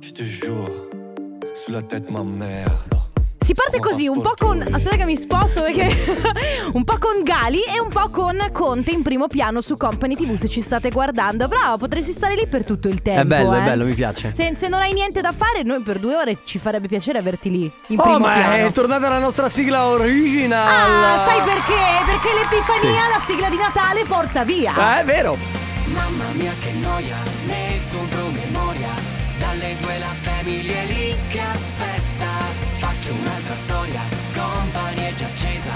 Je te jure, sous la tête ma mère. Si parte così, un po' con. Aspetta che mi sposto perché. un po' con Gali e un po' con Conte in primo piano su Company TV se ci state guardando. Bravo, potresti stare lì per tutto il tempo. È bello, eh. è bello, mi piace. Se, se non hai niente da fare, noi per due ore ci farebbe piacere averti lì. In Oh, primo ma piano. è tornata la nostra sigla original. Ah, sai perché? Perché l'Epifania, Sì. la sigla di Natale, porta via. Ah, è vero. Mamma mia che noia, metto un promemoria Dalle due la famiglia è lì che aspetta Faccio un'altra storia, company è già accesa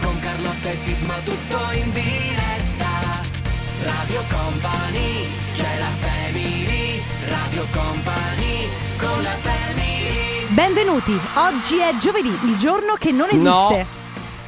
Con Carlotta e Sisma tutto in diretta Radio Company, c'è la family Radio Company, con la family Benvenuti. Oggi è giovedì, il giorno che non esiste. No.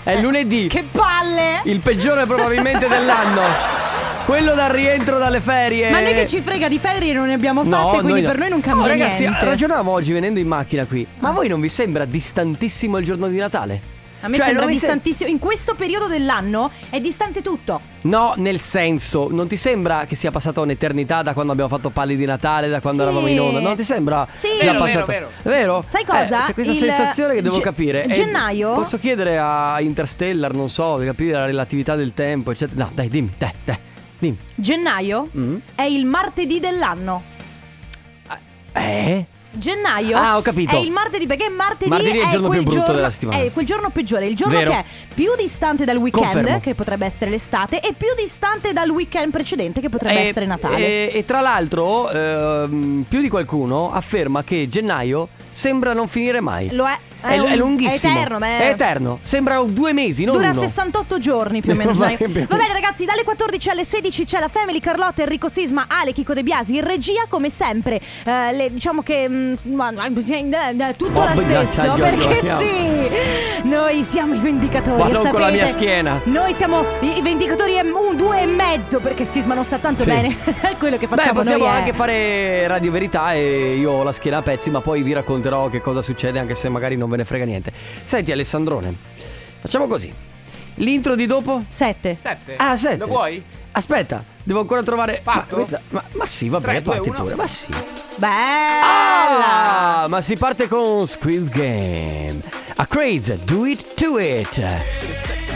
È lunedì. Eh, Che palle! Il peggiore probabilmente dell'anno. Quello dal rientro dalle ferie. Ma noi che ci frega di ferie non ne abbiamo fatte, quindi noi Eh. no. per noi non cambia oh, ragazzi, niente. ragionavamo oggi venendo in macchina qui. Ma a voi non vi sembra distantissimo il giorno di Natale? A me Cioè, sembra non vi sem- distantissimo. In questo periodo dell'anno è distante tutto. No, nel senso, non ti sembra che sia passata un'eternità da quando abbiamo fatto Palli di Natale, da quando Sì. eravamo in onda? No, ti sembra? Sì. già Vero, passata- vero, Vero? Sai cosa? Eh, c'è questa Il- sensazione che devo ge- capire. E gennaio- posso chiedere a Interstellar, non so, di capire la relatività del tempo, eccetera. No, dai, dimmi, dai, dai, dimmi. Gennaio Mm. è il martedì dell'anno. Eh? Gennaio Ah, ho capito. è il martedì perché martedì, Martedì è il giorno quel più brutto giorno, della settimana. È quel giorno peggiore, il giorno Vero. che è più distante dal weekend, Confermo. che potrebbe essere l'estate, e più distante dal weekend precedente, che potrebbe E- essere Natale. Eh, E, e tra l'altro, ehm, più di qualcuno afferma che gennaio sembra non finire mai. Lo è. È, un- è lunghissimo. È eterno, ma È eterno. Sembra due mesi, non Dura uno. 68 giorni più o meno. gennaio. Vabbè. Va bene, ragazzi, dalle 14 alle 16 c'è la Family Carlotta, Enrico Sisma, Ale, Chico De Biasi. In regia, come sempre, Eh, le- diciamo che mm, ma- ma- eh, tutto Oh, lo mannaggia, stesso. Giorgio, Perché andiamo. sì, noi siamo i vendicatori. Ma e non con la sapete- mia schiena. Noi siamo i i vendicatori e- un, due e mezzo. Perché Sisma non sta tanto Sì. bene. Quello che Beh, facciamo possiamo noi è- anche fare Radio Verità e io ho la schiena a pezzi, ma poi vi racconterò che cosa succede, anche se magari non ve ne frega niente. Senti, Alessandrone, facciamo così. L'intro di dopo? Sette. Ah, senti. Lo vuoi? Aspetta, devo ancora trovare. Parto? Ma, questa- ma, ma sì, va bene, Tre, due, parti uno. pure. Ma sì. Bella! Ah, ma si parte con Squid Game. A craze, do it to it.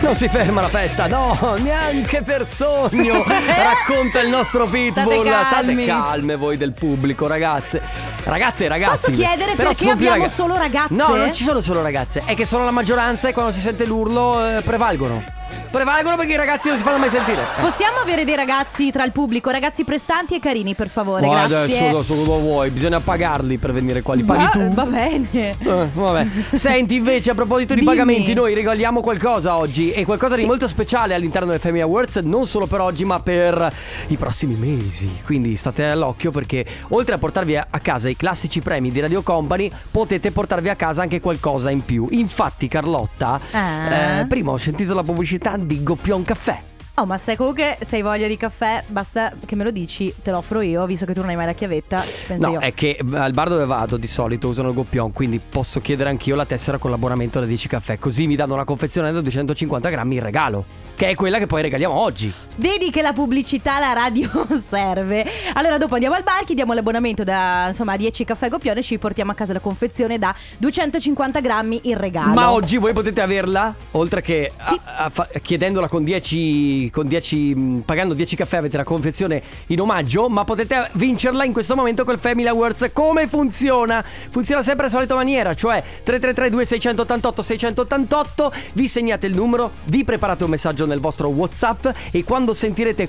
Non si ferma la festa, no, neanche per sogno. Racconta il nostro pitbull. State calmi. State calme voi del pubblico, ragazze. Ragazze e ragazzi. Posso chiedere Però perché sono più abbiamo solo ragazze? No, non ci sono solo ragazze, è che sono la maggioranza e quando si sente l'urlo eh, prevalgono. Prevalgono perché i ragazzi non si fanno mai sentire. Eh. Possiamo avere dei ragazzi tra il pubblico, ragazzi prestanti e carini, per favore, Ma grazie. adesso cosa vuoi? Bisogna pagarli per venire qua, li paghi Va- tu. Va bene. Eh, vabbè. Senti, invece, a proposito di Dimmi. pagamenti, noi regaliamo qualcosa oggi e qualcosa Sì. di molto speciale all'interno del Family Awards, non solo per oggi, ma per i prossimi mesi. Quindi state all'occhio perché oltre a portarvi a a casa i classici premi di Radio Company, potete portarvi a casa anche qualcosa in più. Infatti, Carlotta, Ah. eh, prima ho sentito la pubblicità di Goppion Caffè. Oh, ma sai comunque se hai voglia di caffè, basta che me lo dici, te lo offro io, visto che tu non hai mai la chiavetta, ci penso No, io. è che eh, al bar dove vado di solito usano il goppion, quindi posso chiedere anch'io la tessera con l'abbonamento da 10 caffè, così mi danno una confezione da 250 grammi in regalo, che è quella che poi regaliamo oggi. Vedi che la pubblicità alla radio serve. Allora, dopo andiamo al bar, chiediamo l'abbonamento da insomma 10 caffè Goppione e ci portiamo a casa la confezione da 250 grammi in regalo. Ma oggi voi potete averla, oltre che a- Sì. a fa- chiedendola con 10, con 10, mh, pagando 10 caffè avete la confezione in omaggio, ma potete vincerla in questo momento col Family Awards. Come funziona? Funziona sempre alla solita maniera, cioè 3332 688 688, vi segnate il numero, vi preparate un messaggio nel vostro Whatsapp e quando sentirete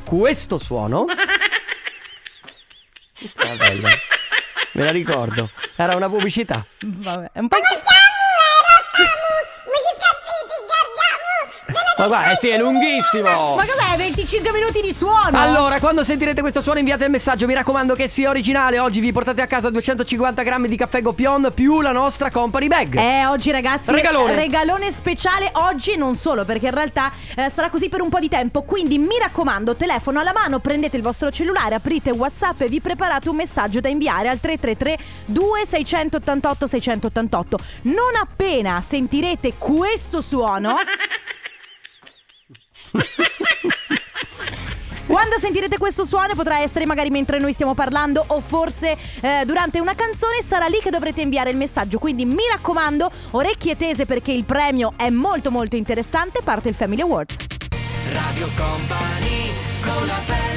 questo suono... Questa era bella. Me la ricordo, era una pubblicità. Vabbè, è un po'. Ma guarda, eh sì, è lunghissimo! Ma cos'è? 25 minuti di suono? Allora, quando sentirete questo suono inviate il messaggio, mi raccomando che sia originale. Oggi vi portate a casa 250 grammi di caffè Gopion più la nostra company bag. Eh, oggi ragazzi, Regalone. regalone speciale oggi e non solo, perché in realtà eh, sarà così per un po' di tempo. Quindi mi raccomando, telefono alla mano, prendete il vostro cellulare, aprite WhatsApp e vi preparate un messaggio da inviare al 333 2688 688. Non appena sentirete questo suono Quando volta sentirete questo suono potrà essere magari mentre noi stiamo parlando o forse eh, durante una canzone sarà lì che dovrete inviare il messaggio. Quindi mi raccomando, orecchie tese perché il premio è molto molto interessante. Parte il Family Award. Radio Company con la family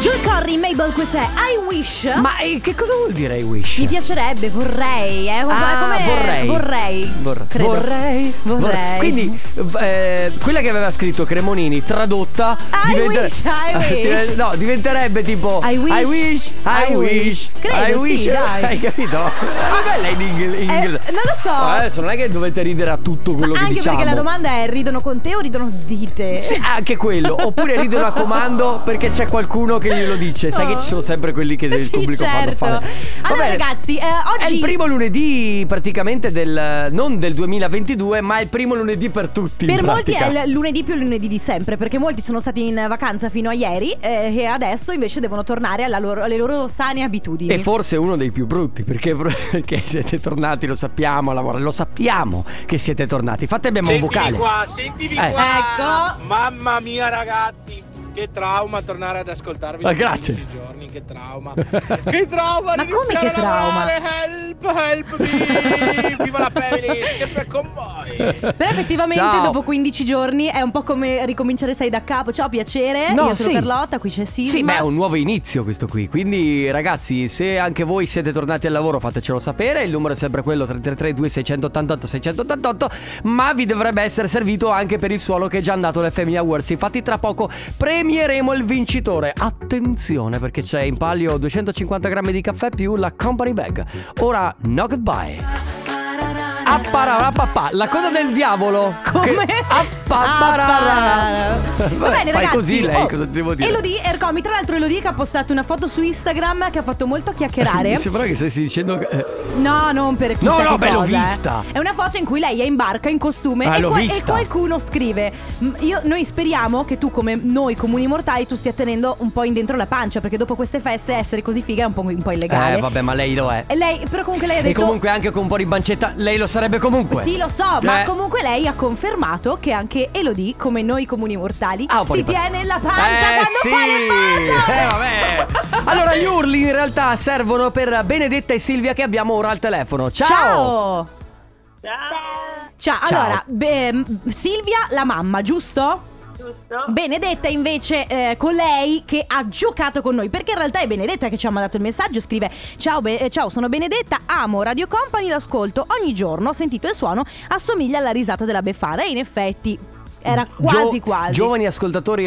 Joel Corry, Mabel, questa è I Wish. Ma eh, che cosa vuol dire I wish? Mi piacerebbe, vorrei, eh. Ah, come- vorrei. Vorrei. Vorrei. credo. vorrei. Vorrei. Quindi, eh, quella che aveva scritto Cremonini tradotta. Ah, I wish, I wish. No, diventerebbe tipo. I wish, I wish. I I wish. wish. Credo, I sì, wish. dai. Hai capito? Ma bella in inglese. Eh, non lo so. Adesso non è che dovete ridere a tutto quello che Anche diciamo. perché la domanda è ridono con te o ridono di te? Sì, anche quello. Oppure ridono a comando perché c'è qualcuno che glielo dice. Sai che ci sono sempre quelli che del Sì, pubblico fanno certo. fare. Va Allora, bene. ragazzi, eh, È oggi il primo lunedì praticamente del non del 2022, ma è il primo lunedì per tutti. in per molti pratica. è il lunedì più lunedì di sempre, perché molti sono stati in vacanza fino a ieri eh, e adesso invece devono tornare alla loro- alle loro sane abitudini. E forse uno dei più brutti, perché, perché siete tornati, lo sappiamo, a lavorare, lo sappiamo che siete tornati. Fate abbiamo un Sentimi vocale. qua, sentimi Eh. qua. Ecco. Mamma mia ragazzi, che trauma tornare ad ascoltarvi. Ma dopo grazie. 15 giorni, che trauma. che trauma. Ma di come iniziare che a trauma? lavorare. Help, help me. Viva la family, sempre con voi. Però effettivamente Ciao. dopo 15 giorni è un po' come ricominciare sei da capo. Ciao, piacere. No, Eh, Io sono sì. Carlotta, qui c'è Sisma. Sì, beh, è un nuovo inizio questo qui. Quindi, ragazzi, se anche voi siete tornati al lavoro, fatecelo sapere. Il numero è sempre quello 333 2688 688. Ma vi dovrebbe essere servito anche per il suolo che è già andato alle Family Awards. Infatti, tra poco premieremo il vincitore. Attenzione, perché c'è in palio 250 grammi di caffè più la company bag. Ora, no goodbye. Appararapapà, la coda del diavolo. Come? Ah, Che- appararara. Va bene, Fai ragazzi. così lei, oh, cosa ti devo dire? Elodie Ercomi, tra l'altro, Elodie che ha postato una foto su Instagram che ha fatto molto chiacchierare. Mi sembra che stessi dicendo. che- eh, No, non per chissà No, che no, beh, l'ho cosa, eh. vista. È una foto in cui lei è in barca, in costume Ah, e, l'ho qua- e vista. qualcuno scrive "M- io- Noi speriamo che tu come noi comuni mortali tu stia tenendo un po' in dentro la pancia Perché dopo queste feste essere così figa è un po', un po' illegale Eh, vabbè, ma lei lo è. E lei, però comunque lei ha E detto comunque anche con un po' di bancetta, lei lo sarebbe comunque. Sì, lo so, ma Eh. comunque lei ha confermato che anche Elodie, come noi comuni mortali, Ah, un po' si di pa- tiene la pancia eh, quando sì. fa le Eh, vabbè. Allora, gli urli in realtà servono per Benedetta e Silvia che abbiamo ora al telefono. Ciao! Ciao! Ciao, Ciao. allora, beh, m- Silvia la mamma, giusto? Giusto? Benedetta invece eh, con lei che ha giocato con noi perché in realtà è Benedetta che ci ha mandato il messaggio scrive ciao, Be- eh, ciao sono Benedetta amo Radio Company l'ascolto ogni giorno ho sentito il suono assomiglia alla risata della Befana e in effetti era quasi Gio- quasi Giovani ascoltatori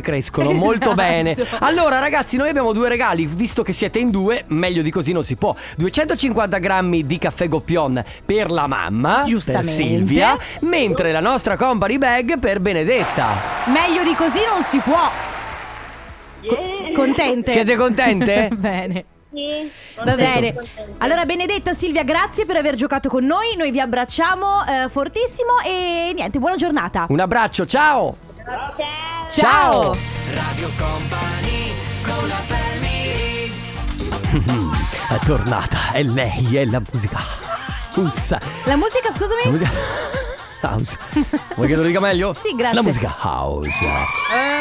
crescono molto Esatto. bene. Allora, ragazzi, noi abbiamo due regali. Visto che siete in due, meglio di così non si può. 250 grammi di caffè Goppion per la mamma, Giustamente. per Silvia, mentre la nostra company bag per Benedetta. Meglio di così non si può. Co- contente? Siete contente? bene. Sì. Va bene. Contenta. Allora, Benedetta, Silvia, grazie per aver giocato con noi. Noi vi abbracciamo eh, fortissimo e niente, buona giornata. Un abbraccio, ciao! Ciao. Ciao. È tornata, è lei, è la musica. House. La musica, La scusami. musica house. Vuoi che lo dica meglio? Sì, grazie. La musica house.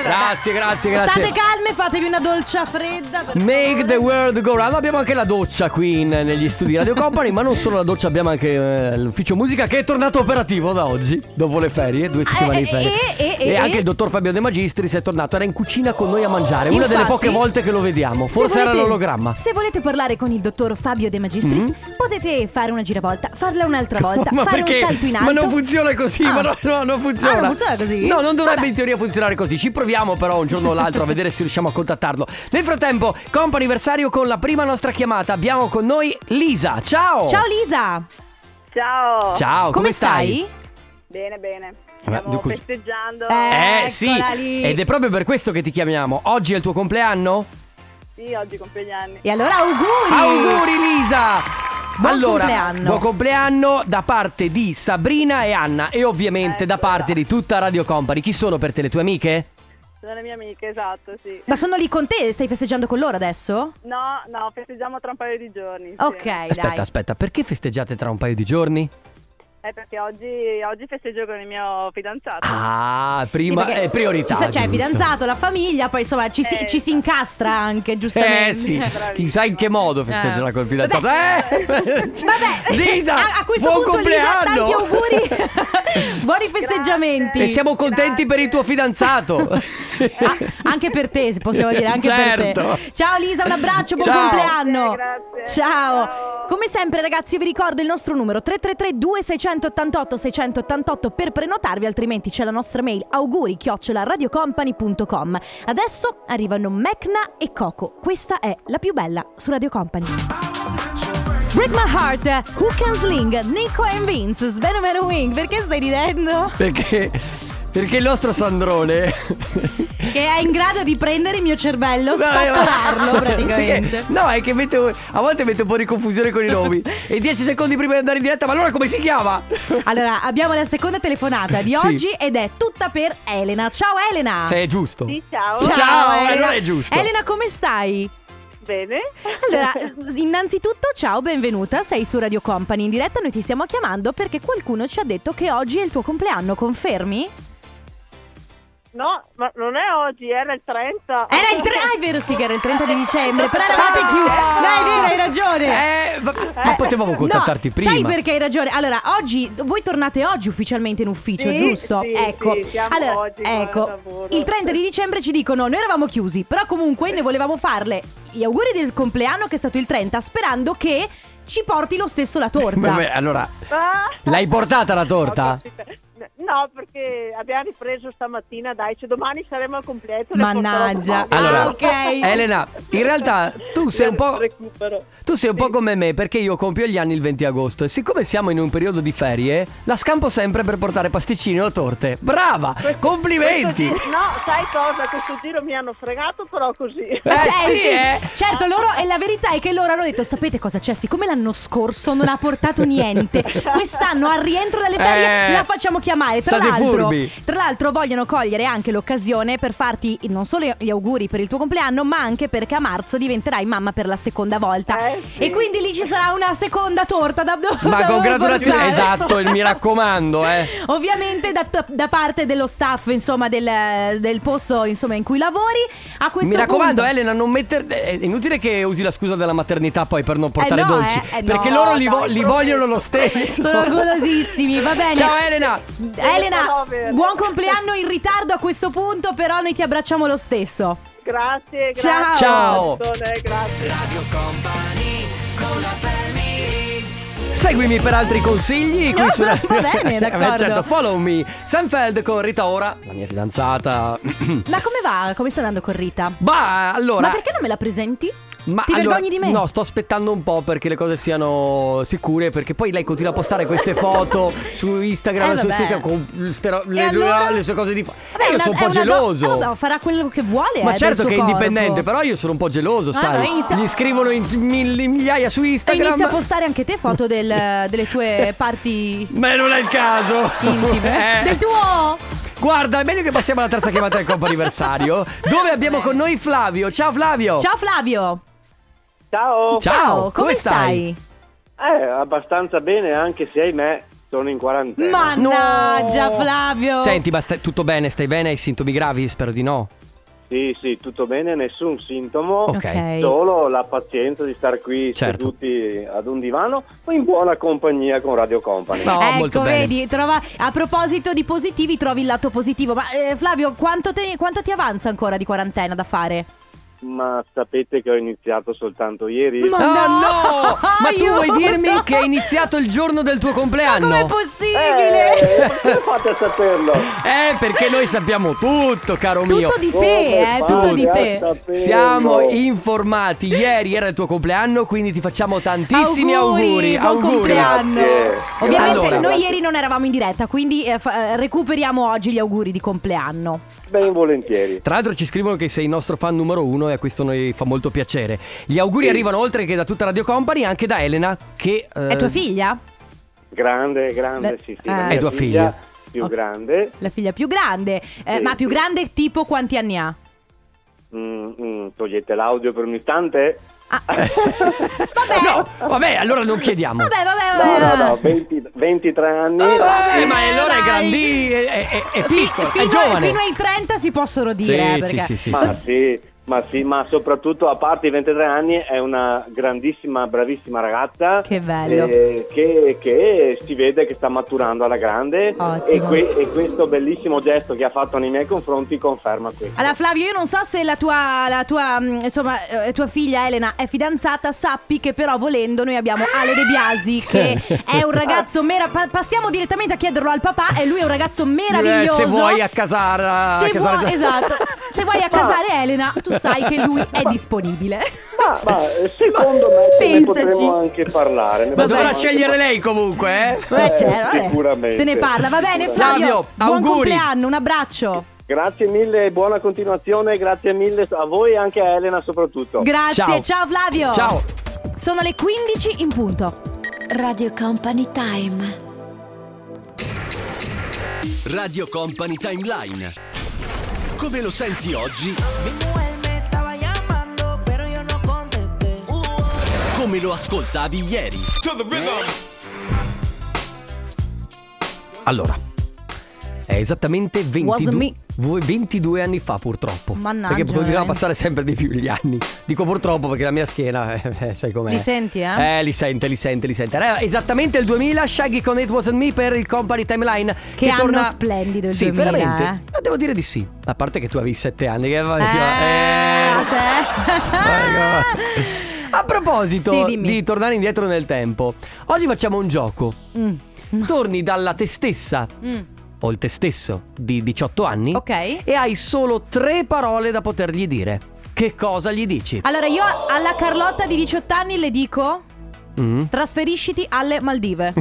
grazie, grazie, grazie. Eh, State calme, fatevi una dolcia fredda. per Make favore. the world go round. Abbiamo anche la doccia qui in- negli studi di Radio Company, ma non solo la doccia, abbiamo anche eh, l'ufficio musica che è tornato operativo da oggi, dopo le ferie, due settimane di eh, ferie. eh, eh, e eh, anche eh. il dottor Fabio De Magistris è tornato, era in cucina con noi a mangiare, una delle Infatti, poche volte che lo vediamo. Se Forse era volete- l'ologramma. Mm-hmm. Se volete parlare con il dottor Fabio De Magistris, potete fare una giravolta, farla un'altra volta, Ma fare perché? un salto in Ma alto. non funziona così, Ah. ma no, no, non funziona. Ah, non funziona così? No, non dovrebbe Vabbè. in teoria funzionare così. Ci proviamo però un giorno o l'altro a vedere se riusciamo a contattarlo. Nel frattempo, compa anniversario con la prima nostra chiamata. Abbiamo con noi Lisa. Ciao! Ciao Lisa, Ciao. Ciao, come, stai? Bene, bene. Vabbè, Stiamo dunque- festeggiando. Eh. Eh sì, Eccola lì. ed è proprio per questo che ti chiamiamo. Oggi è il tuo compleanno? Sì, oggi compie gli anni. E allora auguri! Auguri Lisa! Ah. Buon allora, compleanno. buon compleanno da parte di Sabrina e Anna e ovviamente da Eccola. parte di tutta Radio Company. Chi sono per te le tue amiche? Sono le mie amiche, esatto, sì. Ma sono lì con te? Stai festeggiando con loro adesso? No, no, festeggiamo tra un paio di giorni. Ok, insieme. dai. Aspetta, aspetta, perché festeggiate tra un paio di giorni? Eh, perché oggi, oggi festeggio con il mio fidanzato. Ah, prima Sì, perché è priorità. ci sa- Cioè, giusto. fidanzato, la famiglia, poi insomma ci si, Eh, ci si incastra anche, giustamente. Eh sì, chissà in che modo festeggerà col fidanzato. Vabbè. Eh! Vabbè, Lisa, a, a questo buon punto Lisa, compleanno! tanti auguri, buoni festeggiamenti. E siamo contenti Grazie. per il tuo fidanzato. Ah, anche per te, possiamo dire, anche Certo. per te. Ciao Lisa, un abbraccio, buon Ciao. compleanno. Grazie, grazie. Ciao. Ciao. Come sempre ragazzi, vi ricordo il nostro numero 333 2688 688 per prenotarvi, altrimenti c'è la nostra mail auguri radiocompany.com. Adesso arrivano Mecna e Coco. Questa è la più bella su Radio Company. Break my heart, Who Can Sling, Nico and Vince, Sveno Vero Wing, perché stai ridendo? perché, perché il nostro Sandrone. Che è in grado di prendere il mio cervello, Dai, ma- spappolarlo Perché- praticamente. no, è che mette- a volte mette un po' di confusione con i nomi. e 10 secondi prima di andare in diretta, ma allora come si chiama? Allora, abbiamo la seconda telefonata di Sì. oggi ed è tutta per Elena. Ciao Elena! Ah. Se è giusto. Sì, ciao. Ciao. allora è giusto. Elena, come stai? Bene. Allora, innanzitutto ciao, benvenuta, sei su Radio Company in diretta, noi ti stiamo chiamando perché qualcuno ci ha detto che oggi è il tuo compleanno, confermi? No, ma non è oggi, era il 30. Era il 3, ah è vero sì che era il 30 di dicembre, però eravate chiusi. Dai, è vero, hai ragione. Eh, va- ma Eh, potevamo contattarti no, prima. Sai perché hai ragione? Allora, oggi voi tornate oggi ufficialmente in ufficio, Sì, giusto? sì, ecco. sì, siamo allora, oggi qua al ecco, lavoro. il 30 di dicembre ci dicono "Noi eravamo chiusi, però comunque noi volevamo farle gli auguri del compleanno che è stato il 30, sperando che ci porti lo stesso la Beh, torta". beh, allora, Ah. l'hai portata la torta? No, perché abbiamo ripreso stamattina, dai, cioè domani saremo al completo. le Mannaggia. porterò Allora, Ah, domani. ok. Elena, in realtà tu sei un po'. Recupero. Tu sei un po' Sì. come me perché io compio gli anni il 20 agosto e siccome siamo in un periodo di ferie, la scampo sempre per portare pasticcini o torte. Brava! Complimenti! Questo- No, sai cosa? Questo giro mi hanno fregato, però così. Eh, sì, eh. Certo, loro e la verità è che loro hanno detto "Sapete cosa c'è? Siccome l'anno scorso non ha portato niente, quest'anno al rientro dalle ferie Eh, la facciamo chiamare". Tra state l'altro, furbi. tra l'altro vogliono cogliere anche l'occasione per farti non solo gli auguri per il tuo compleanno, ma anche perché a marzo diventerai mamma per la seconda volta. Eh, sì. E quindi lì ci sarà una seconda torta da da- Ma da congratulazioni, portare. esatto, e mi raccomando, eh. Ovviamente da, da parte dello staff, insomma, del, del posto insomma, in cui lavori. A questo Mi raccomando, punto... Elena, non metter... è inutile che usi la scusa della maternità poi per non portare no, dolci. eh, eh, no, perché loro li, dai, vo- li promesso. vogliono lo stesso. Sono golosissimi, va bene. Ciao Elena! Elena, Sono vero. buon compleanno in ritardo a questo punto, però noi ti abbracciamo lo stesso. Grazie, grazie. Ciao. Ciao. persone, Grazie. Seguimi per altri consigli qui No, su- va bene, Eh, d'accordo. certo, follow me. Sanfeld con Rita Ora, la mia fidanzata. Ma come va? Come sta andando con Rita? Bah, allora Ma perché non me la presenti? Ma Ti allora- vergogni di me? No, sto aspettando un po' perché le cose siano sicure. Perché poi lei continua a postare queste foto su Instagram, Eh, su vabbè. Instagram con stero- E le, ah, allora? le sue cose di fa- Vabbè, Eh, io una- sono un è po' una do- geloso. Eh, vabbè, farà quello che vuole. eh, Ma del certo suo che è indipendente, corpo. però io sono un po' geloso, Ah, sai. allora inizia- Mi scrivono in mille migliaia su E Instagram. inizia a postare anche te foto del- delle tue parti Ma non è il caso. intime. Eh. Del tuo... Guarda, è meglio che passiamo alla terza chiamata del compo anniversario. Dove abbiamo con noi Flavio. Ciao Flavio. Ciao Flavio. Ciao, come, stai? eh, abbastanza bene anche se ahimè sono in quarantena. Mannaggia No. Flavio. Senti, ma stai- tutto bene? Stai bene? Hai sintomi gravi? Spero di no. Sì, sì, tutto bene, nessun sintomo, Ok. Ok. solo la pazienza di star qui Certo. seduti ad un divano o in buona compagnia con Radio Company. No, ecco, molto bene. vedi, trova- a proposito di positivi, trovi il lato positivo. Ma eh, Flavio, quanto, te- quanto ti avanza ancora di quarantena da fare? Ma sapete che ho iniziato soltanto ieri? Ma- Oh, No! no! Ma tu vuoi Aiuto! dirmi che è iniziato il giorno del tuo Ma com'è compleanno? possibile? Eh, come fate a saperlo? Eh, perché noi sappiamo tutto, caro mio. tutto di te, Come eh, tutto di fate a te. saperlo? Siamo informati. Ieri era il tuo compleanno, quindi ti facciamo tantissimi auguri. buon compleanno. Grazie. Ovviamente Allora. noi ieri non eravamo in diretta, quindi eh, fa- eh, recuperiamo oggi gli auguri di compleanno. Ben volentieri. Tra l'altro ci scrivono che sei il nostro fan numero uno e a questo noi fa molto piacere. Gli auguri Sì. arrivano oltre che da tutta Radio Company anche da Elena che... eh, È tua figlia? Grande, grande, Le- sì, sì. eh. la È mia tua figlia? Più Ok. grande, La figlia più grande, Eh, Sì, ma più sì. grande tipo quanti anni ha? Mm, mm, togliete l'audio per un istante. Ah. Vabbè. No, vabbè, allora non chiediamo. Vabbè, vabbè, No, vabbè. no, no, 20 23 anni. Eh, vabbè, Eh, ma allora è dai. grandi, è, è- è- Fi- è piccolo, Eh, fino, è giovane. fino ai 30 si possono Sì, dire eh, sì, perché sì, sì, sì. Ma sì, ma sì, ma soprattutto a parte i 23 anni è una grandissima, bravissima ragazza. Che bello. eh, che, che si vede che sta maturando alla grande e, Ottimo. que- e questo bellissimo gesto che ha fatto nei miei confronti conferma questo. Allora Flavio, io non so se la tua, la tua, mh, insomma, eh, tua figlia Elena è fidanzata, sappi che però volendo noi abbiamo Ale De Biasi che è un ragazzo mera- pa- passiamo direttamente a chiederlo al papà e lui è un ragazzo meraviglioso. Eh, Se vuoi a casara. Se a casare- vuoi- esatto. Se vuoi accasare Elena, tu sai che lui è disponibile. Ma, ma, eh, secondo me ce ne pensaci. potremmo anche parlare. ne Ma potremmo dovrà anche scegliere par- lei comunque, eh? Beh, certo, vabbè. sicuramente. Se ne parla, va bene Flavio. Flavio, buon auguri. compleanno, un abbraccio. Grazie mille, buona continuazione, grazie mille a voi e anche a Elena soprattutto. Grazie, ciao, Ciao. Flavio. Ciao. Sono le 15 in punto. Radio Company Time. Radio Company Timeline. Come lo senti oggi? Come lo ascoltavi ieri? Allora, è esattamente Wasn't 22, me. vu- 22 anni fa purtroppo. Mannaggia, eh. Perché continuano a veramente. passare sempre di più gli anni. Dico purtroppo perché la mia schiena, eh, eh, sai com'è. Li senti, eh? Eh, li sente, li sente, li sente. Allora, esattamente il 2000, Shaggy con It Wasn't Me per il Company Timeline. Che anno splendido il sì, 2000, veramente. eh. Ma devo dire di sì. A parte che tu avevi 7 anni. Che... Eh, Ecco. se- A proposito Sì, dimmi. di tornare indietro nel tempo, oggi facciamo un gioco. Mm, Torni dalla te stessa mm. o il te stesso di 18 anni Ok. e hai solo tre parole da potergli dire. Che cosa gli dici? Allora io alla Carlotta di 18 anni le dico Mm? trasferisciti alle Maldive.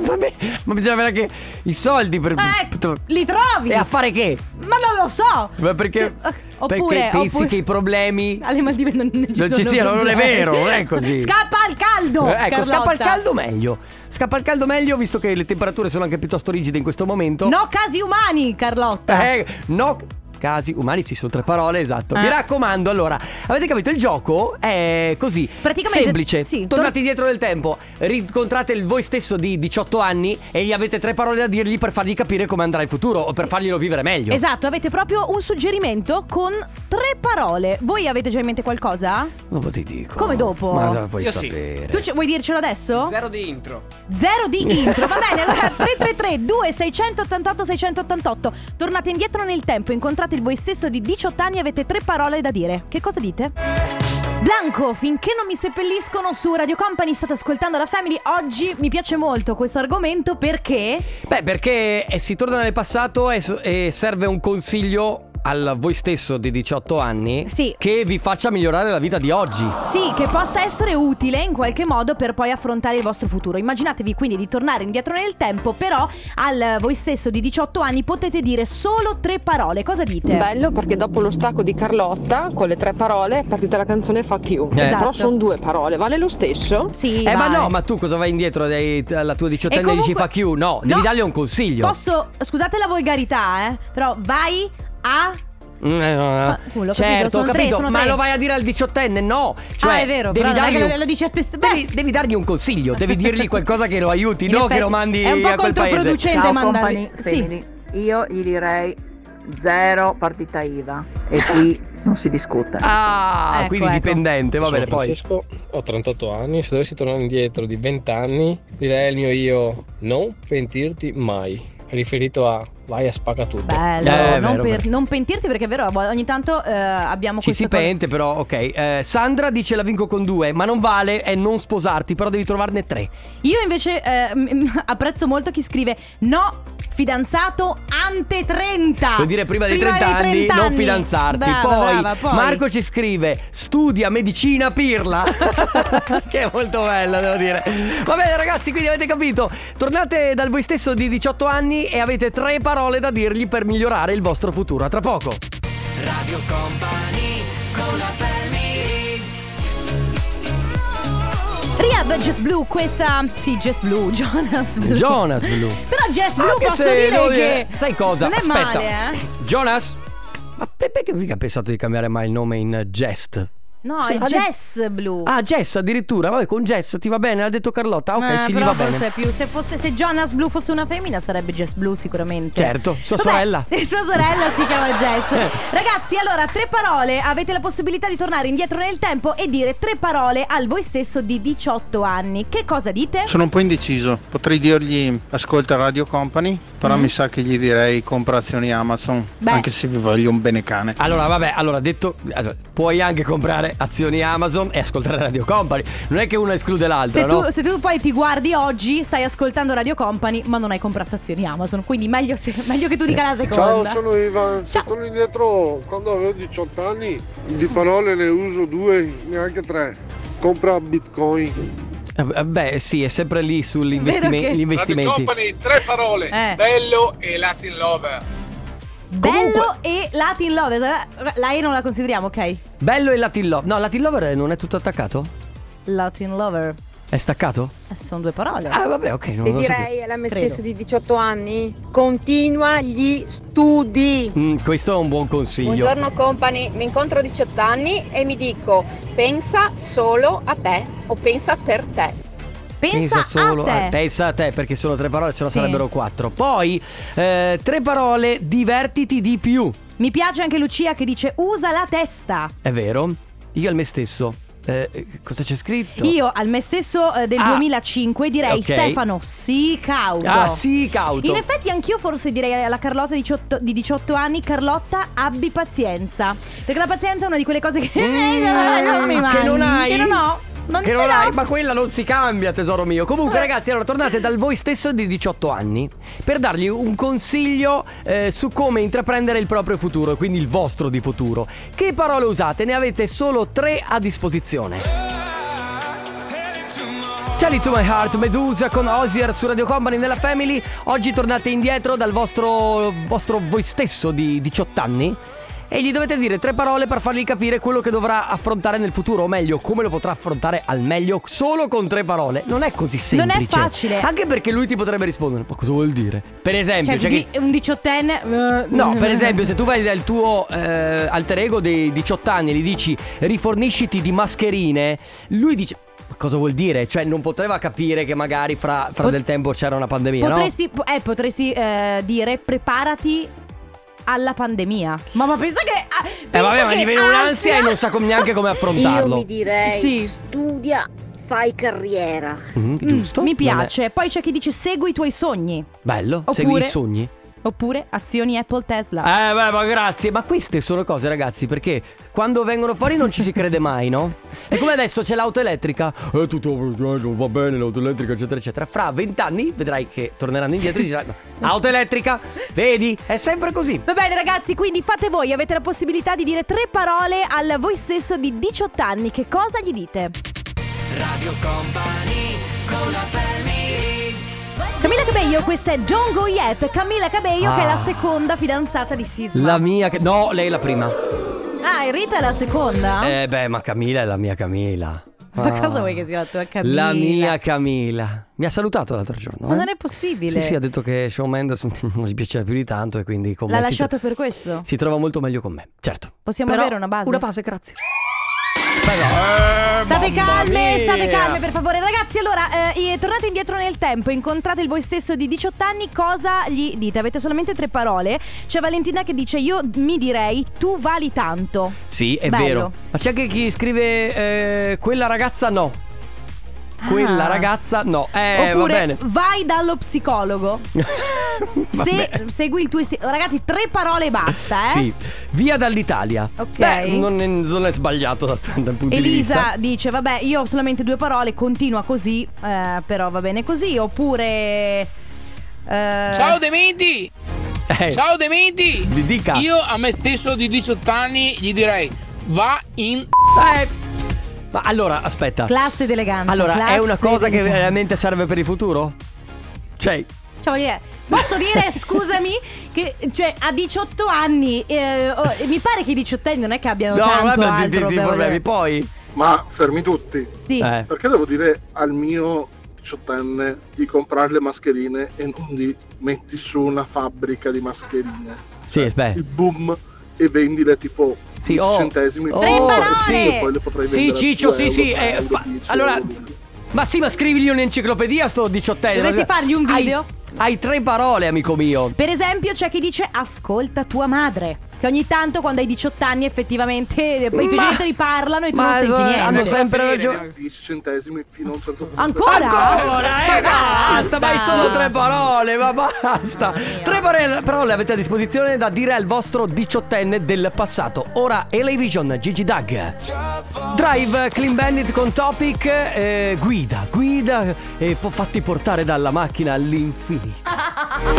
Vabbè, ma bisogna avere anche i soldi per... Eh, li trovi. E a fare che? Ma non lo so. Ma perché, Se- eh, perché oppure, pensi oppure- che i problemi... alle Ah, Maldive non, ci Non sono ci siano, non è problemi. vero, non è così. Scappa al caldo. Eh, ecco, scappa al Carlotta. caldo meglio. Scappa al caldo meglio visto che le temperature sono anche piuttosto rigide in questo momento. No casi umani, Carlotta. Eh, no. Casi umani, ci sono tre parole, esatto. Mi Ah. raccomando, allora, avete capito? Il gioco è così: Praticamente- semplice. sì, Tornate tor- indietro nel tempo, rincontrate il voi stesso di 18 anni e gli avete tre parole da dirgli per fargli capire come andrà il futuro o per farglielo vivere meglio. Esatto, avete proprio un suggerimento con tre parole. Voi avete già in mente qualcosa? Dopo ti dico. Come dopo? Ma lo vuoi Io sì. sapere. Tu ce- vuoi dircelo adesso? Zero di intro. Zero di intro, va bene, allora 333 2688 688 Tornate indietro nel tempo, incontrate il voi stesso di 18 anni e avete tre parole da dire Che cosa dite? Blanco, finché non mi seppelliscono su Radio Company state ascoltando la Family Oggi mi piace molto questo argomento perché Beh, perché eh, si torna nel passato e, so- e serve un consiglio al voi stesso di 18 anni Sì. che vi faccia migliorare la vita di oggi. Sì, che possa essere utile in qualche modo per poi affrontare il vostro futuro. Immaginatevi quindi di tornare indietro nel tempo, però al eh, voi stesso di 18 anni potete dire solo tre parole. Cosa dite? Bello perché dopo lo stacco di Carlotta, con le tre parole, è partita la canzone Fuck You. Eh. Esatto. Però sono due parole, vale lo stesso? Sì, Eh, ma vale. no, ma tu cosa vai indietro dai- alla tua E 18 anni e dici comunque- fa Q? No, devi dargli un consiglio. Posso, scusate la volgarità, eh, però vai a Mm, eh, Ma- uh, l'ho capito, certo, sono ho tre, capito, sono ma tre. lo vai a dire al diciottenne? No, cioè, Ah, è vero, devi bravo, dargli, dai, un- lo dici a te st- devi, beh. devi dargli un consiglio, devi dirgli qualcosa che lo aiuti, In no effetti, che lo mandi È un po' a quel paese. controproducente Ciao mandarli. company, family. Io gli direi zero partita IVA e qui non si discute. Ah, Ecco, quindi ecco. dipendente, va bene, poi. Francesco, ho 38 anni, se dovessi tornare indietro di 20 anni, direi al mio io non pentirti mai. Riferito a vai a spacca tutto. Bello, Eh, è non, vero, per- vero. non pentirti perché è vero, ogni tanto eh, abbiamo Ci questa si pente, però, ok. Eh, Sandra dice la vinco con due, ma non vale è non sposarti, però devi trovarne tre. Io invece eh, m- m- apprezzo molto chi scrive no. Fidanzato ante 30 Vuol dire prima dei 30, Ah, dei 30 anni, non anni. fidanzarti. Brava, poi, brava, poi. Marco ci scrive: studia medicina pirla. che è molto bella, devo dire. Va bene, ragazzi, quindi avete capito. Tornate dal voi stesso di 18 anni e avete tre parole da dirgli per migliorare il vostro futuro. A tra poco. Radio Company con la family. Rehab Just Blue Questa Sì Just Blue Jonas Blue Jonas Blue. Però Just Blue Anche posso se dire devo che Sai cosa? Non è Aspetta. male eh Jonas? Ma perché mica ha pensato di cambiare mai il nome in Jest? No, Sì, è ha de- Jess Blu. Ah, Jess addirittura. Vabbè, con Jess ti va bene, l'ha detto Carlotta. Ok, Eh, sì, gli però va bene. forse è più. Se, fosse, se Jonas Blue fosse una femmina, sarebbe Jess Blue sicuramente. Certo, sua Vabbè, sorella. Eh. Sua sorella si chiama Jess. Ragazzi, allora, tre parole. Avete la possibilità di tornare indietro nel tempo e dire tre parole al voi stesso di 18 anni. Che cosa dite? Sono un po' indeciso, potrei dirgli ascolta Radio Company, però mi sa che gli direi compra azioni Amazon, Mm-hmm. Beh. anche se vi voglio un bene cane. Allora, vabbè, allora detto, allora, puoi anche comprare azioni Amazon e ascoltare Radio Company. Non è che una esclude l'altra, Se no? tu, se tu poi ti guardi oggi, stai ascoltando Radio Company, ma non hai comprato azioni Amazon. Quindi meglio, se- meglio che tu dica la seconda. Ivan, se Ciao. torno indietro quando avevo 18 anni di parole ne uso due, neanche tre. Compra bitcoin. Eh, Beh, sì, è sempre lì sugli Vedo investime- che- gli investimenti. Company, tre parole. Eh. Bello e Latin Lover. Bello e Latin Love. Eh, La E non la consideriamo, ok? Bello e Latin Lover. No, Latin Lover non è tutto attaccato? Latin Lover. È staccato? Eh, sono due parole. Ah, vabbè, ok. Non E lo direi alla me Credo. stessa di 18 anni, continua gli studi. sapevo. Mm, questo è un buon consiglio. Buongiorno company, mi incontro a 18 anni e mi dico pensa solo a te o pensa per te. Pensa, solo a pensa a te, perché sono tre parole, se no Sì. sarebbero quattro. Poi, eh, tre parole, divertiti di più. Mi piace anche Lucia che dice usa la testa. È vero? Io al me stesso. eh, eh, cosa c'è scritto? Io al me stesso eh, del Ah. 2005 direi Ok. Stefano, sì cauto. Ah, sì, cauto. In effetti anch'io forse direi alla Carlotta 18 di 18 anni, Carlotta abbi pazienza. Perché la pazienza è una di quelle cose che non mi Mm, che mangi, non hai? Che non ho. Non che ce non l'ho. Eh. hai, ma quella non si cambia, tesoro mio. Comunque, ragazzi, allora tornate dal voi stesso di 18 anni per dargli un consiglio eh, su come intraprendere il proprio futuro, quindi il vostro di futuro. Che parole usate? Ne avete solo tre a disposizione. Tell it to my heart, Medusa con Osier su Radio Company nella Family. Oggi tornate indietro dal vostro, vostro voi stesso di 18 anni. E gli dovete dire tre parole per fargli capire quello che dovrà affrontare nel futuro, o meglio, come lo potrà affrontare al meglio solo con tre parole. Non è così Non è semplice. facile. Anche perché lui ti potrebbe rispondere: Ma cosa vuol dire? Per esempio, Cioè, c'è chi- di- un diciottenne eh, No, per esempio, se tu vai dal tuo eh, alter ego dei 18 anni e gli dici rifornisciti di mascherine, lui dice. "Ma Cosa vuol dire? Cioè, non poteva capire che magari fra, fra del tempo c'era una pandemia, potresti, eh, potresti eh, dire preparati alla pandemia. Ma, ma pensa che ah, no? Eh, pensa vabbè, ma che gli viene un'ansia ansia. e non sa com- neanche come affrontarlo. Io mi direi Sì. studia, fai carriera. Mm, giusto? Mi Non è- piace. Poi c'è chi dice segui i tuoi sogni. Bello, Oppure- segui i sogni. Oppure azioni Apple Tesla. Eh beh, ma grazie, ma queste sono cose ragazzi, perché quando vengono fuori non ci si crede mai, no? E come adesso c'è l'auto elettrica, eh tutto eh, non va bene l'auto elettrica, eccetera, eccetera. Fra vent'anni vedrai che torneranno indietro e dirai, auto elettrica, vedi, è sempre così. Va bene ragazzi, quindi fate voi, avete la possibilità di dire tre parole al voi stesso di 18 anni, che cosa gli dite? Radio Company con la family. Camilla Cabello, questa è John Goyet, Camilla Cabello che è la Ah. seconda fidanzata di Sisma. La mia, che- no, lei è la prima. Ah, e Rita è la seconda? Eh beh, ma Camila è la mia Camila. Ah? Ma Ah. cosa vuoi che sia la tua Camilla? La mia Camila. Mi ha salutato l'altro giorno. Ma eh? non è possibile. Sì, sì, ha detto che Shawn Mendes non gli piaceva più di tanto e quindi con L'ha me si lasciato tro- per questo? Si trova molto meglio con me, certo. Possiamo Però- avere una base? Una base, grazie. Però- State Eh, Mamma calme, mia! state calme per favore Ragazzi allora, eh, eh, tornate indietro nel tempo Incontrate il voi stesso di 18 anni Cosa gli dite? Avete solamente tre parole C'è Valentina che dice Io mi direi tu vali tanto Sì, è Bello. vero. Ma c'è anche chi scrive eh, quella ragazza no. Quella Ah. ragazza no. Eh, Oppure va bene. vai dallo psicologo Se Vabbè. segui il tuo istinto Ragazzi tre parole e basta eh? Sì, via dall'Italia. Ok. Beh, non è, non è sbagliato dal, dal punto di vista. Elisa dice vabbè io ho solamente due parole Continua così eh, Però va bene così Oppure eh, Ciao Dementi! Eh. Ciao Dementi! Mi dica. Io a me stesso di 18 anni gli direi va in... Eh, ma allora, aspetta. Classe ed eleganza allora, è classe una ed cosa che eleganza. veramente serve per il futuro? Cioè, Cioè, voglio dire, posso dire, scusami, che cioè, a 18 anni, eh, oh, mi pare che i diciottenni non è che abbiano tanto vabbè, altro di- di- di beh, voglio problemi. dire. Poi, Ma fermi tutti. Sì. Eh. Perché devo dire al mio diciottenne di comprare le mascherine e non di metti su una fabbrica di mascherine? sì, beh. Il boom e vendile tipo Sì, oh, centesimi. Tre parole! sì. E poi le potrai Sì, vendere a Ciccio, due sì, euro, sì. tre eh, euro, fa- dieci allora, euro. ma sì, ma scrivigli un'enciclopedia sto diciottenne. Dovresti fargli un Hai- video. Hai, tre parole, amico mio. Per esempio c'è chi dice ascolta tua madre. Che ogni tanto quando hai 18 anni effettivamente poi i tuoi Ma- genitori parlano e tu non ma senti so- niente. hanno sempre ragione. 10 centesimi fino a un certo punto. Ancora? Ancora, eh, Basta. basta, ma sono tre parole, ma basta. Tre parole, parole avete a disposizione da dire al vostro diciottenne del passato. Ora, LA Vision, Gigi Doug. Drive, Clean Bandit con Topic, eh, guida, guida e po- fatti portare dalla macchina all'infinito.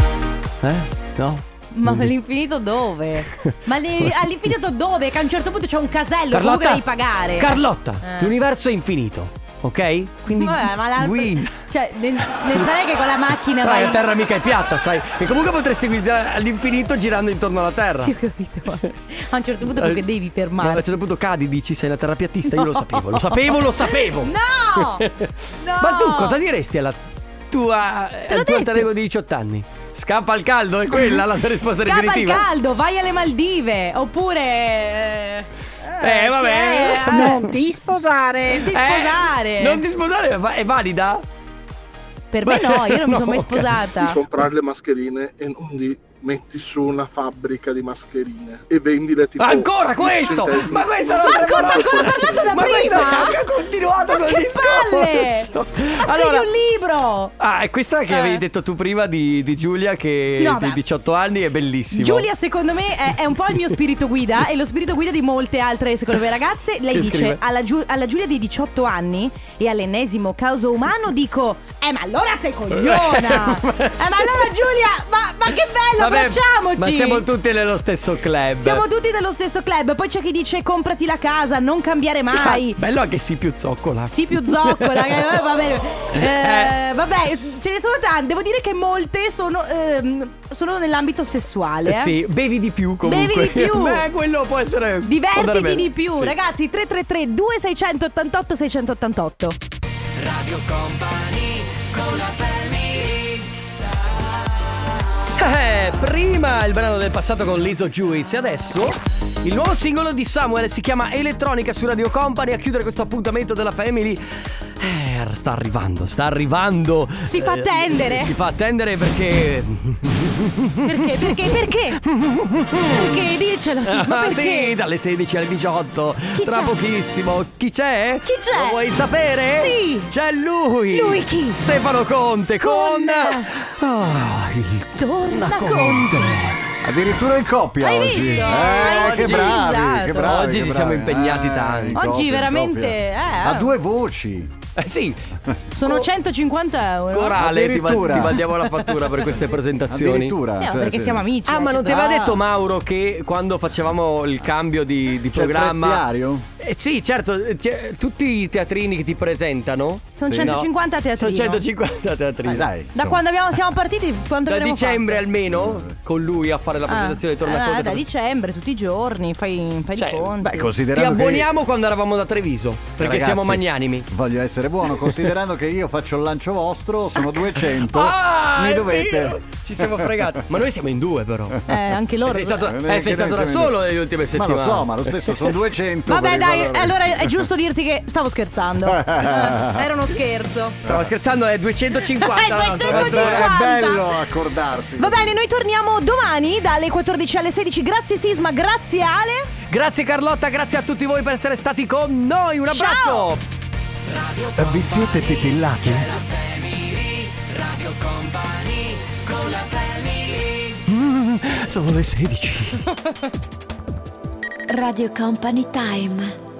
Eh? No? Ma all'infinito dove? Ma le- all'infinito dove? Che a un certo punto c'è un casello, comunque Carlotta, devi pagare. Carlotta, Eh. l'universo è infinito, ok? Quindi Vabbè, ma la- guida. Cioè, nel- nel- non è che con la macchina Ma vai. la terra mica è piatta, sai? E comunque potresti guidare all'infinito girando intorno alla terra. Sì, ho capito. A un certo punto Eh, comunque devi Ma a un fermarti. certo punto cadi, dici sei una terrapiattista, io lo No. sapevo, lo sapevo, lo sapevo. No! No! Ma tu cosa diresti alla tua al tuo alter ego di 18 anni? Scappa al caldo, è quella la tua risposta Scappa definitiva. al caldo, vai alle Maldive. Oppure. eh, Eh, vabbè. eh, Non ti sposare. Ti Eh, sposare. non ti sposare va- è valida? Per me no, io non mi sono mai sposata. Di comprare le mascherine e non di metti su una fabbrica di mascherine e vendile tipo Ancora 10 questo? centesimi. Ma questo non Marco, te ne sta parlo. ancora parlando da Ma prima? questo ha continuato Ma col che palle! discorso. Ma Allora- scrivi un libro. Ah, è questa che Eh. avevi detto tu prima di, di Giulia che No, di beh. 18 anni è bellissimo. Giulia, secondo me, è, è un po' il mio spirito guida e lo spirito guida di molte altre, secondo me, ragazze. Lei Che scrive? dice: alla, Giu- alla Giulia di 18 anni e all'ennesimo caso umano dico: Eh, ma allora sei cogliona! eh, ma allora, Giulia, ma, ma che bello, Vabbè, abbracciamoci! Ma siamo tutti nello stesso club. Siamo tutti dello stesso club. Poi c'è chi dice: Comprati la casa, non cambiare mai. Ah, bello anche sì più zoccola. Sì, più zoccola. che- eh, vabbè, Eh. Eh, vabbè, ce ne sono tante. Devo dire che molte sono, ehm, sono nell'ambito sessuale. eh. Sì, bevi di più comunque. Bevi di più. Beh, quello può essere può andare Divertiti bene. di più, Sì. ragazzi. 333 2688 688. Radio Company con la Eh, prima il brano del passato con Liso Juice e adesso il nuovo singolo di Samuel si chiama Elettronica su Radio Company a chiudere questo appuntamento della Family. Eh, sta arrivando, sta arrivando. Si fa Eh, attendere. Si fa attendere perché Perché? Perché? Perché? Perché? Dicelo, sì, ma Ah, perché? sì, dalle 16 alle 18. Chi tra c'è? pochissimo. Chi c'è? Chi c'è? Lo vuoi sapere? Sì. C'è lui. Lui chi? Stefano Conte con. Ah, il Torna Conte. Conte. Addirittura in coppia Hai oggi. visto? Eh, Hai che visto? bravi, che bravi. Oggi che ci siamo bravi. impegnati Eh, tanto. in Esatto. Oggi coppia, in veramente, coppia. eh. A due voci. Eh sì, Sono 150 euro. corale, ti, ma- ti Addirittura. mandiamo la fattura per queste presentazioni. Addirittura. Sì, ma perché siamo amici. Ah, ma non ti va aveva detto Mauro che quando facevamo il cambio di, di C'è Cioè, il programma. preziario? Eh sì, certo, eh, ti- tutti i teatrini che ti presentano. Sono Sì. 150 No, teatrini. Sono 150 teatrini. Eh, dai. Da insomma. quando abbiamo- siamo partiti? Quanto Da abbiamo dicembre almeno, con lui a fare la fatto? Ah, presentazione torna Cioè, eh, Conte. da dicembre, tutti i giorni, fai un paio di conti. Beh, Ti considerando che- abboniamo quando eravamo da Treviso, perché Ragazzi, siamo magnanimi. Voglio essere buono, considerando che io faccio il lancio vostro, sono 200. Oh, Ah, Oh, mi è dovete. vero, Ci siamo fregati. Ma noi siamo in due, però. Eh, anche loro. sei stato, eh, Eh, che sei noi stato da siamo in solo due. nelle ultime settimane. Ma lo so, ma lo stesso sono 200. Vabbè, per dai, rivalorare. allora è giusto dirti che stavo scherzando. Eh, Era uno scherzo. Stavo scherzando, è 250. Eh, la nostra. 250. È bello accordarsi. Va bene, noi torniamo domani dalle 14 alle 16. Grazie Sisma, grazie Ale. Grazie Carlotta, grazie a tutti voi per essere stati con noi. Un abbraccio. Ciao. Eh, Vi siete titillati? Mm, sono le 16. Radio Company Time.